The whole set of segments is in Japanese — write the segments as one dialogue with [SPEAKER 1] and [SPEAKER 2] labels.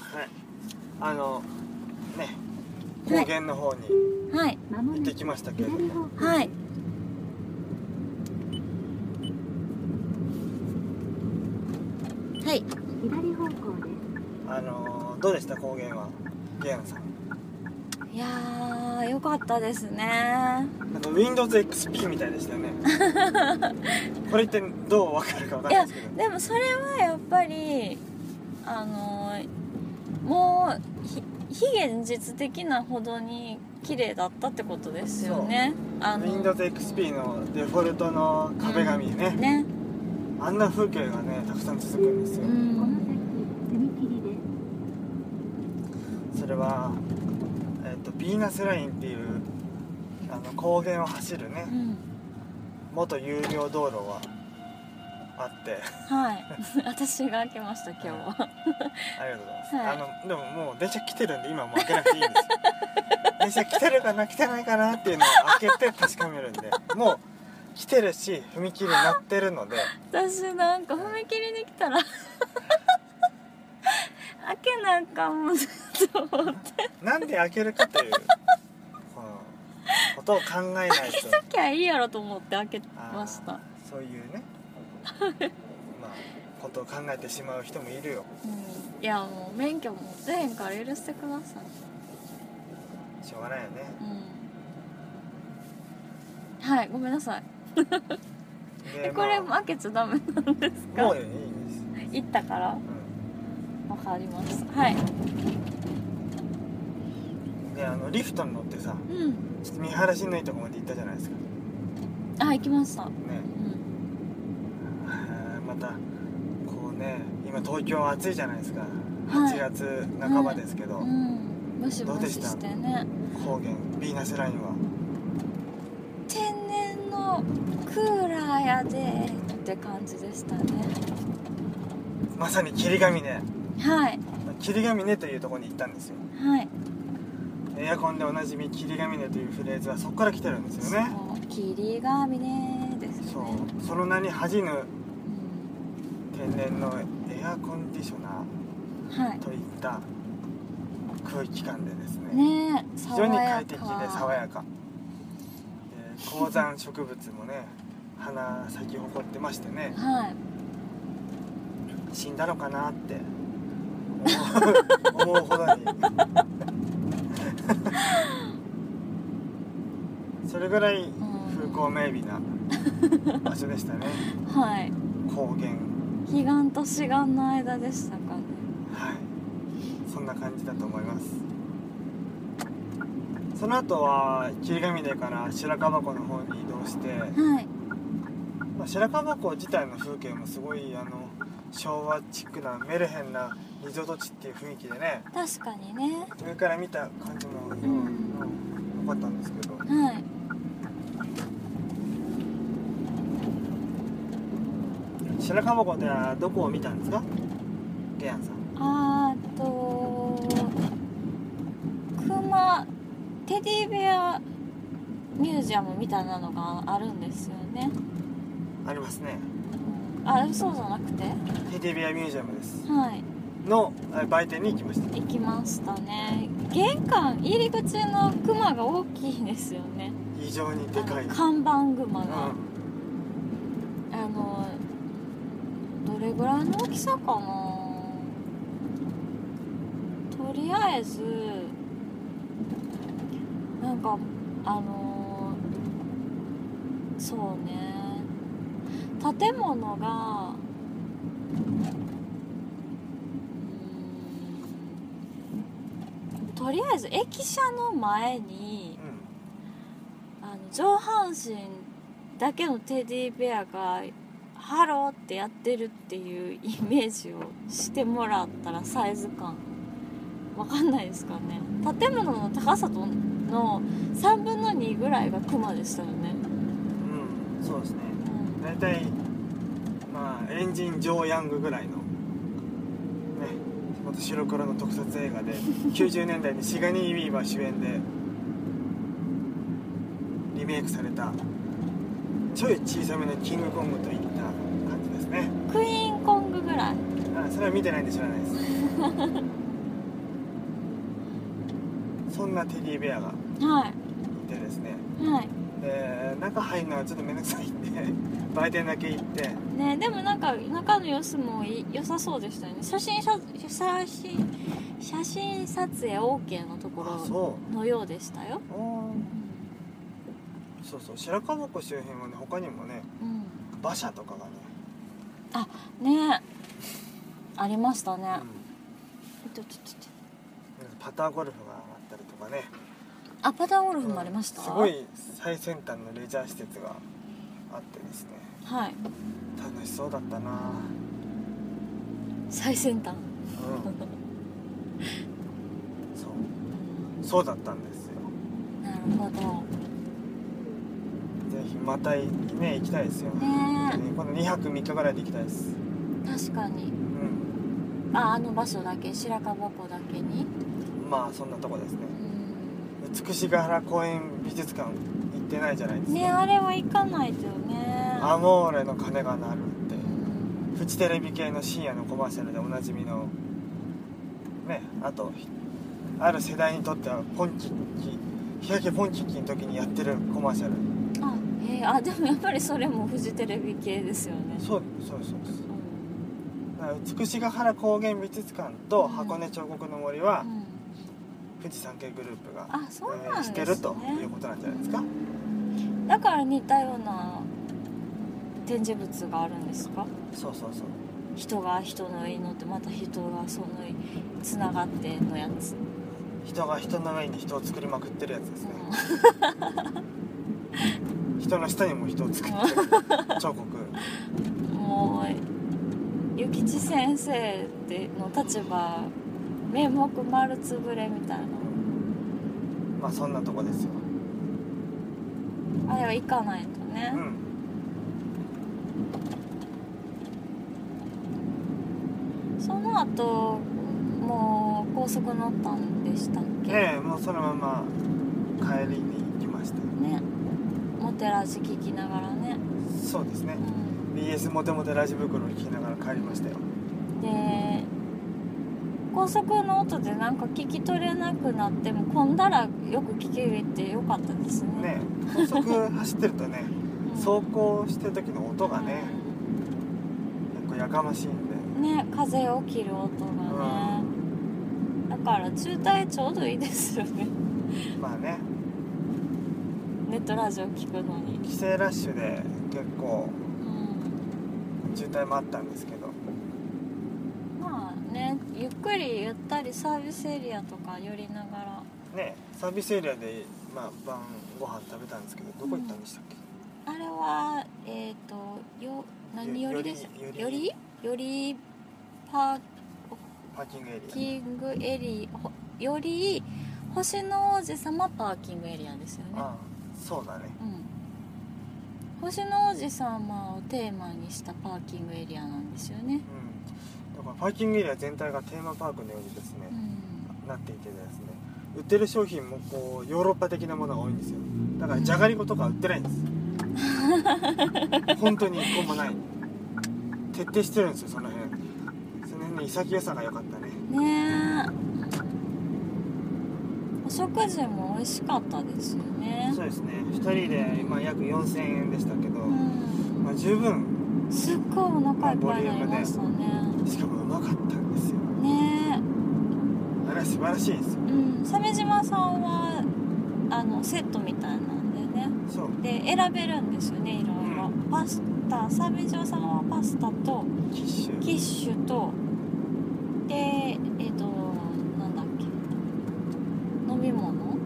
[SPEAKER 1] はいあのね
[SPEAKER 2] は
[SPEAKER 1] 高
[SPEAKER 2] い
[SPEAKER 1] 原の方に
[SPEAKER 2] はい
[SPEAKER 1] 行ってきましたけれども、
[SPEAKER 2] はいはい
[SPEAKER 3] 左方向です。
[SPEAKER 1] あのどうでした高原はゲアンさん
[SPEAKER 2] いやーよかったですね
[SPEAKER 1] なんか WindowsXP みたいでし たよねこれ一体どう分かるか分かんないですけど
[SPEAKER 2] でもそれはやっぱりあのもうひ非現実的なほどに綺麗だったってことですよねあの
[SPEAKER 1] WindowsXP のデフォルトの壁紙ね、
[SPEAKER 2] ね
[SPEAKER 1] あんな風景がねたくさん続くんですよ、
[SPEAKER 3] この先、踏切です。
[SPEAKER 1] それは、えっとビーナスラインっていうあの高原を走るね
[SPEAKER 2] うん
[SPEAKER 1] 元有料道路はあって
[SPEAKER 2] はい 私が開けました今日は
[SPEAKER 1] ありがとうございます、
[SPEAKER 2] はい
[SPEAKER 1] あのでももう電車来てるんで今はもう開けなくていいんですよ 電車来てるかな来てないかなっていうのを開けて確かめるんでもう来てるし踏切になってるので
[SPEAKER 2] 私なんか踏切に来たら 開けなんかもうずっと思って
[SPEAKER 1] なんで開けるかというこのことを考え ないと
[SPEAKER 2] きゃいいやろと思って開けました
[SPEAKER 1] あーそういうねまあことを考えてしまう人もいるよ
[SPEAKER 2] うんいやもう免許持ってへんから許してください
[SPEAKER 1] しょうがないよね
[SPEAKER 2] うんはいごめんなさい
[SPEAKER 1] で
[SPEAKER 2] えこれ
[SPEAKER 1] まあ
[SPEAKER 2] 開けちゃダメなんです
[SPEAKER 1] も
[SPEAKER 2] か
[SPEAKER 1] ういいです、
[SPEAKER 2] 行ったから
[SPEAKER 1] う
[SPEAKER 2] わかりましたはい
[SPEAKER 1] ん、であのリフトに乗ってさ
[SPEAKER 2] うん
[SPEAKER 1] ちょっと見晴らしのいいとこまで行ったじゃないですかね
[SPEAKER 2] あ行きましたうん
[SPEAKER 1] あーまたこうね今東京暑いじゃないですか、
[SPEAKER 2] はい
[SPEAKER 1] 8月半ばですけど、
[SPEAKER 2] うんムシム
[SPEAKER 1] どうで
[SPEAKER 2] シ
[SPEAKER 1] した
[SPEAKER 2] してね
[SPEAKER 1] 高原ヴィーナスラインは
[SPEAKER 2] 天然のクーラーやでって感じでしたね
[SPEAKER 1] まさに霧ヶ峰
[SPEAKER 2] はい
[SPEAKER 1] 霧ヶ峰というところに行ったんですよ
[SPEAKER 2] はい
[SPEAKER 1] エアコンでおなじみ霧ヶ峰というフレーズはそこから来てるんですよね
[SPEAKER 2] そう霧ヶ峰ですね
[SPEAKER 1] そうその名に恥じぬ
[SPEAKER 2] うん
[SPEAKER 1] 天然のエアコンディショナ
[SPEAKER 2] はい
[SPEAKER 1] ーといった空気感でですね
[SPEAKER 2] ねえ
[SPEAKER 1] 非
[SPEAKER 2] 爽
[SPEAKER 1] 常に
[SPEAKER 2] や
[SPEAKER 1] 快
[SPEAKER 2] か
[SPEAKER 1] 適で爽やかで高山植物もね花咲き誇ってましてね
[SPEAKER 2] はい
[SPEAKER 1] 死んだのかなって 思う思うほどに それぐらい風光明媚な場所でしたね
[SPEAKER 2] はい
[SPEAKER 1] 高原
[SPEAKER 2] 彼岸と志願の間でしたかね
[SPEAKER 1] はいそんな感じだと思いますその後は霧ヶ峰から白樺湖の方に移動して、
[SPEAKER 2] はい
[SPEAKER 1] まあ、白樺湖自体の風景もすごいあの昭和チックなメルヘンなリゾート地っていう雰囲気でね
[SPEAKER 2] 確かにね
[SPEAKER 1] 上から見た感じも良、
[SPEAKER 2] ん
[SPEAKER 1] うん良かったんですけど
[SPEAKER 2] はい
[SPEAKER 1] 白樺湖ではどこを見たんですかゲアンさん
[SPEAKER 2] あーと熊テディベアミュージアムみたいなのがあるんですよね
[SPEAKER 1] ありますね
[SPEAKER 2] あそうじゃなくて
[SPEAKER 1] テディベアミュージアムです
[SPEAKER 2] はい
[SPEAKER 1] のえ売店に行きました
[SPEAKER 2] 行きましたね玄関入り口のクマが大きいんですよね
[SPEAKER 1] 非常にでかい
[SPEAKER 2] あの看板グマ
[SPEAKER 1] う
[SPEAKER 2] が、
[SPEAKER 1] ん
[SPEAKER 2] あのどれぐらいの大きさかなとりあえずなんかあのそうね建物がうんとりあえず駅舎の前に
[SPEAKER 1] う
[SPEAKER 2] あの上半身だけのテディベアが「ハロー」ってやってるっていうイメージをしてもらったらサイズ感わかんないですかね建物の高さとの3分の2ぐらいがクマでしたよね、
[SPEAKER 1] ん、うん、そうですね
[SPEAKER 2] うん
[SPEAKER 1] 大体まあエンジン・ジョー・ヤングぐらいのねまた白黒の特撮映画で90年代にシガニー・ウィーバー主演でリメイクされたちょい小さめのキングコングといった感じですね
[SPEAKER 2] クイーンコングぐらい
[SPEAKER 1] あそれは見てないんで知らないです そんなテディベアが
[SPEAKER 2] はい
[SPEAKER 1] いてですね
[SPEAKER 2] いはい
[SPEAKER 1] で中入るのはちょっとめんどくさいんで売店だけ行って
[SPEAKER 2] ねでもなんか中の様子もい良さそうでしたよね写真写写真写真撮影 OK のところ
[SPEAKER 1] あそ
[SPEAKER 2] のようでしたよ
[SPEAKER 1] うおーそうそう白樺湖周辺はね他にもね
[SPEAKER 2] うん
[SPEAKER 1] 馬車とかがね、
[SPEAKER 2] ねありました
[SPEAKER 1] う
[SPEAKER 2] ね、
[SPEAKER 1] ん
[SPEAKER 2] えっとちょちょちょ
[SPEAKER 1] パターゴルフがあったりとかね
[SPEAKER 2] あパターンゴルフもありました、
[SPEAKER 1] すごい最先端のレジャー施設があってですね
[SPEAKER 2] はい
[SPEAKER 1] 楽しそうだったな
[SPEAKER 2] 最先端
[SPEAKER 1] うんそうそうだったんですよ
[SPEAKER 2] なるほど
[SPEAKER 1] ぜひまたいね行きたいですよ、ね、
[SPEAKER 2] ね
[SPEAKER 1] この2泊3日ぐらいで行きたいです
[SPEAKER 2] 確かに
[SPEAKER 1] うん
[SPEAKER 2] ああの場所だけ白樺湖だけに
[SPEAKER 1] まあそんなとこですね
[SPEAKER 2] うん
[SPEAKER 1] 美しが原公園美術館行ってないじゃないですか、
[SPEAKER 2] ねあれは行かないとよね
[SPEAKER 1] アモーレの鐘が鳴るって
[SPEAKER 2] うん
[SPEAKER 1] フジテレビ系の深夜のコマーシャルでおなじみのねあとある世代にとってはポンキッキ日焼けポンキッキの時にやってるコマーシャル
[SPEAKER 2] あえーあでもやっぱりそれもフジテレビ系ですよね
[SPEAKER 1] そうそうそう
[SPEAKER 2] う
[SPEAKER 1] そ
[SPEAKER 2] ん
[SPEAKER 1] うだから美しが原高原美術館と箱根彫刻の森は
[SPEAKER 2] うん
[SPEAKER 1] 富士山系グループが
[SPEAKER 2] あそう
[SPEAKER 1] 運
[SPEAKER 2] な
[SPEAKER 1] 営
[SPEAKER 2] ん
[SPEAKER 1] し
[SPEAKER 2] で
[SPEAKER 1] て
[SPEAKER 2] す
[SPEAKER 1] る
[SPEAKER 2] ね
[SPEAKER 1] ということなんじゃないですか
[SPEAKER 2] だから似たような展示物があるんですか
[SPEAKER 1] そうそうそう
[SPEAKER 2] 人が人のいのってまた人がそのつながってのやつ、
[SPEAKER 1] 人が人の上に人を作りまくってるやつですね人の下にも人を作ってる彫刻
[SPEAKER 2] うんもう諭吉先生っての立場名目丸つぶれみたいな
[SPEAKER 1] まあそんなとこですよ
[SPEAKER 2] あれは行かないとね
[SPEAKER 1] う、ん
[SPEAKER 2] その後もう高速乗ったんでしたっけ
[SPEAKER 1] ええもうそのまま帰りに行きました
[SPEAKER 2] ねモテラジ聞きながらね、
[SPEAKER 1] そうですね
[SPEAKER 2] うん
[SPEAKER 1] BS モテモテラジ袋を聞きながら帰りましたよ
[SPEAKER 2] で高速の音でなんか聞き取れなくなっても混んだらよく聞けるってよかったですね
[SPEAKER 1] ねえ高速走ってるとね
[SPEAKER 2] うん
[SPEAKER 1] 走行してる時の音がね結構やかましいんで
[SPEAKER 2] ね風を切る音がね、だから中退ちょうどいいですよね
[SPEAKER 1] まあね
[SPEAKER 2] ネットラジオ聞くのに、
[SPEAKER 1] 帰省ラッシュで結構
[SPEAKER 2] うん、
[SPEAKER 1] 渋滞もあったんですけど
[SPEAKER 2] まあねゆっくりゆったりサービスエリアとか寄りながら
[SPEAKER 1] ねサービスエリアで、まあ、晩ご飯食べたんですけどどこ行ったんでしたっけ、
[SPEAKER 2] あれはえっ、とよ何
[SPEAKER 1] よ
[SPEAKER 2] よりでした
[SPEAKER 1] より
[SPEAKER 2] よりよりパー
[SPEAKER 1] パーキングエリ
[SPEAKER 2] キングエリアほより星の王子様パーキングエリアですよね
[SPEAKER 1] アああそうだね
[SPEAKER 2] うん星の王子様をテーマにしたパーキングエリアなんですよね
[SPEAKER 1] うんだからパーキングエリア全体がテーマパークのようにですね
[SPEAKER 2] う、ん
[SPEAKER 1] なっていてですね売ってる商品もこうヨーロッパ的なものが多いんですよだからじゃがりことか売ってないんです本当に一個もない徹底してるんですよその辺その辺の潔さが良かったね
[SPEAKER 2] ねえお食事も美味しかったですよね
[SPEAKER 1] そうですね1人で、まあ、約4000円でしたけど、
[SPEAKER 2] うん
[SPEAKER 1] まあ、十分
[SPEAKER 2] すっごいお腹いっぱいになりましたね
[SPEAKER 1] しかもうまかったんですよ
[SPEAKER 2] ね
[SPEAKER 1] あれは素晴らしいですよ
[SPEAKER 2] えうん鮫島さんはあのセットみたいなんでね
[SPEAKER 1] そう
[SPEAKER 2] で選べるんですよねいろいろ、
[SPEAKER 1] う
[SPEAKER 2] パスタ鮫島さんはパスタと
[SPEAKER 1] キッシュ
[SPEAKER 2] キッシュとでえっ、となんだっけ飲み物
[SPEAKER 1] うん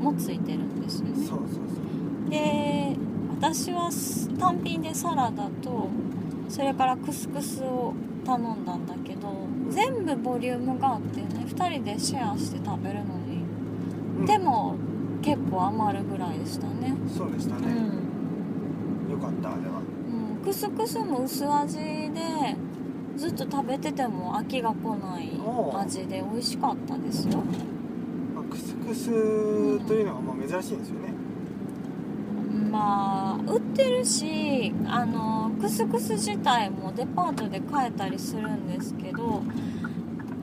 [SPEAKER 2] もついてるんですよね
[SPEAKER 1] そうそうそう
[SPEAKER 2] で私はす単品でサラダとそれからクスクスを頼んだんだけど全部ボリュームがあってね2人でシェアして食べるのに、
[SPEAKER 1] うん
[SPEAKER 2] でも結構余るぐらいでしたね
[SPEAKER 1] そうでした
[SPEAKER 2] う
[SPEAKER 1] ね、
[SPEAKER 2] ん、
[SPEAKER 1] 良よかったあれ
[SPEAKER 2] う
[SPEAKER 1] は
[SPEAKER 2] ん、クスクスも薄味でずっと食べてても飽きが来ない
[SPEAKER 1] おう
[SPEAKER 2] 味で美味しかったですよ、
[SPEAKER 1] まあ、クスクスというのがまあ珍しいんですよね、
[SPEAKER 2] まあ売ってるしあのクスクス自体もデパートで買えたりするんですけど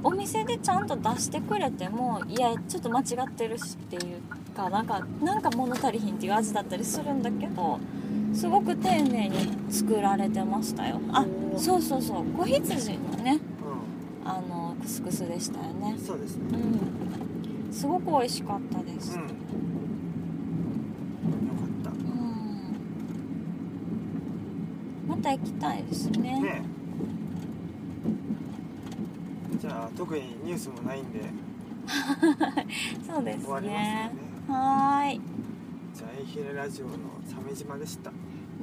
[SPEAKER 2] お店でちゃんと出してくれてもいやちょっと間違ってるしっていうかなんかなんか物足りひんっていう味だったりするんだけどすごく丁寧に作られてましたよあ
[SPEAKER 1] おー
[SPEAKER 2] そうそうそう子羊のね
[SPEAKER 1] う
[SPEAKER 2] あのクスクスでしたよね
[SPEAKER 1] んそうです
[SPEAKER 2] う
[SPEAKER 1] ね
[SPEAKER 2] んすごく美味しかったで
[SPEAKER 1] うん
[SPEAKER 2] す
[SPEAKER 1] よかっ
[SPEAKER 2] うんまた行きたいです
[SPEAKER 1] た
[SPEAKER 2] ね
[SPEAKER 1] ねじゃあ特にニュースもないんで
[SPEAKER 2] そうです
[SPEAKER 1] 終わり
[SPEAKER 2] ね
[SPEAKER 1] ますよね
[SPEAKER 2] はーい
[SPEAKER 1] じゃあエイヒレラジオの鮫島でした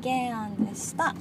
[SPEAKER 2] ゲンアンでした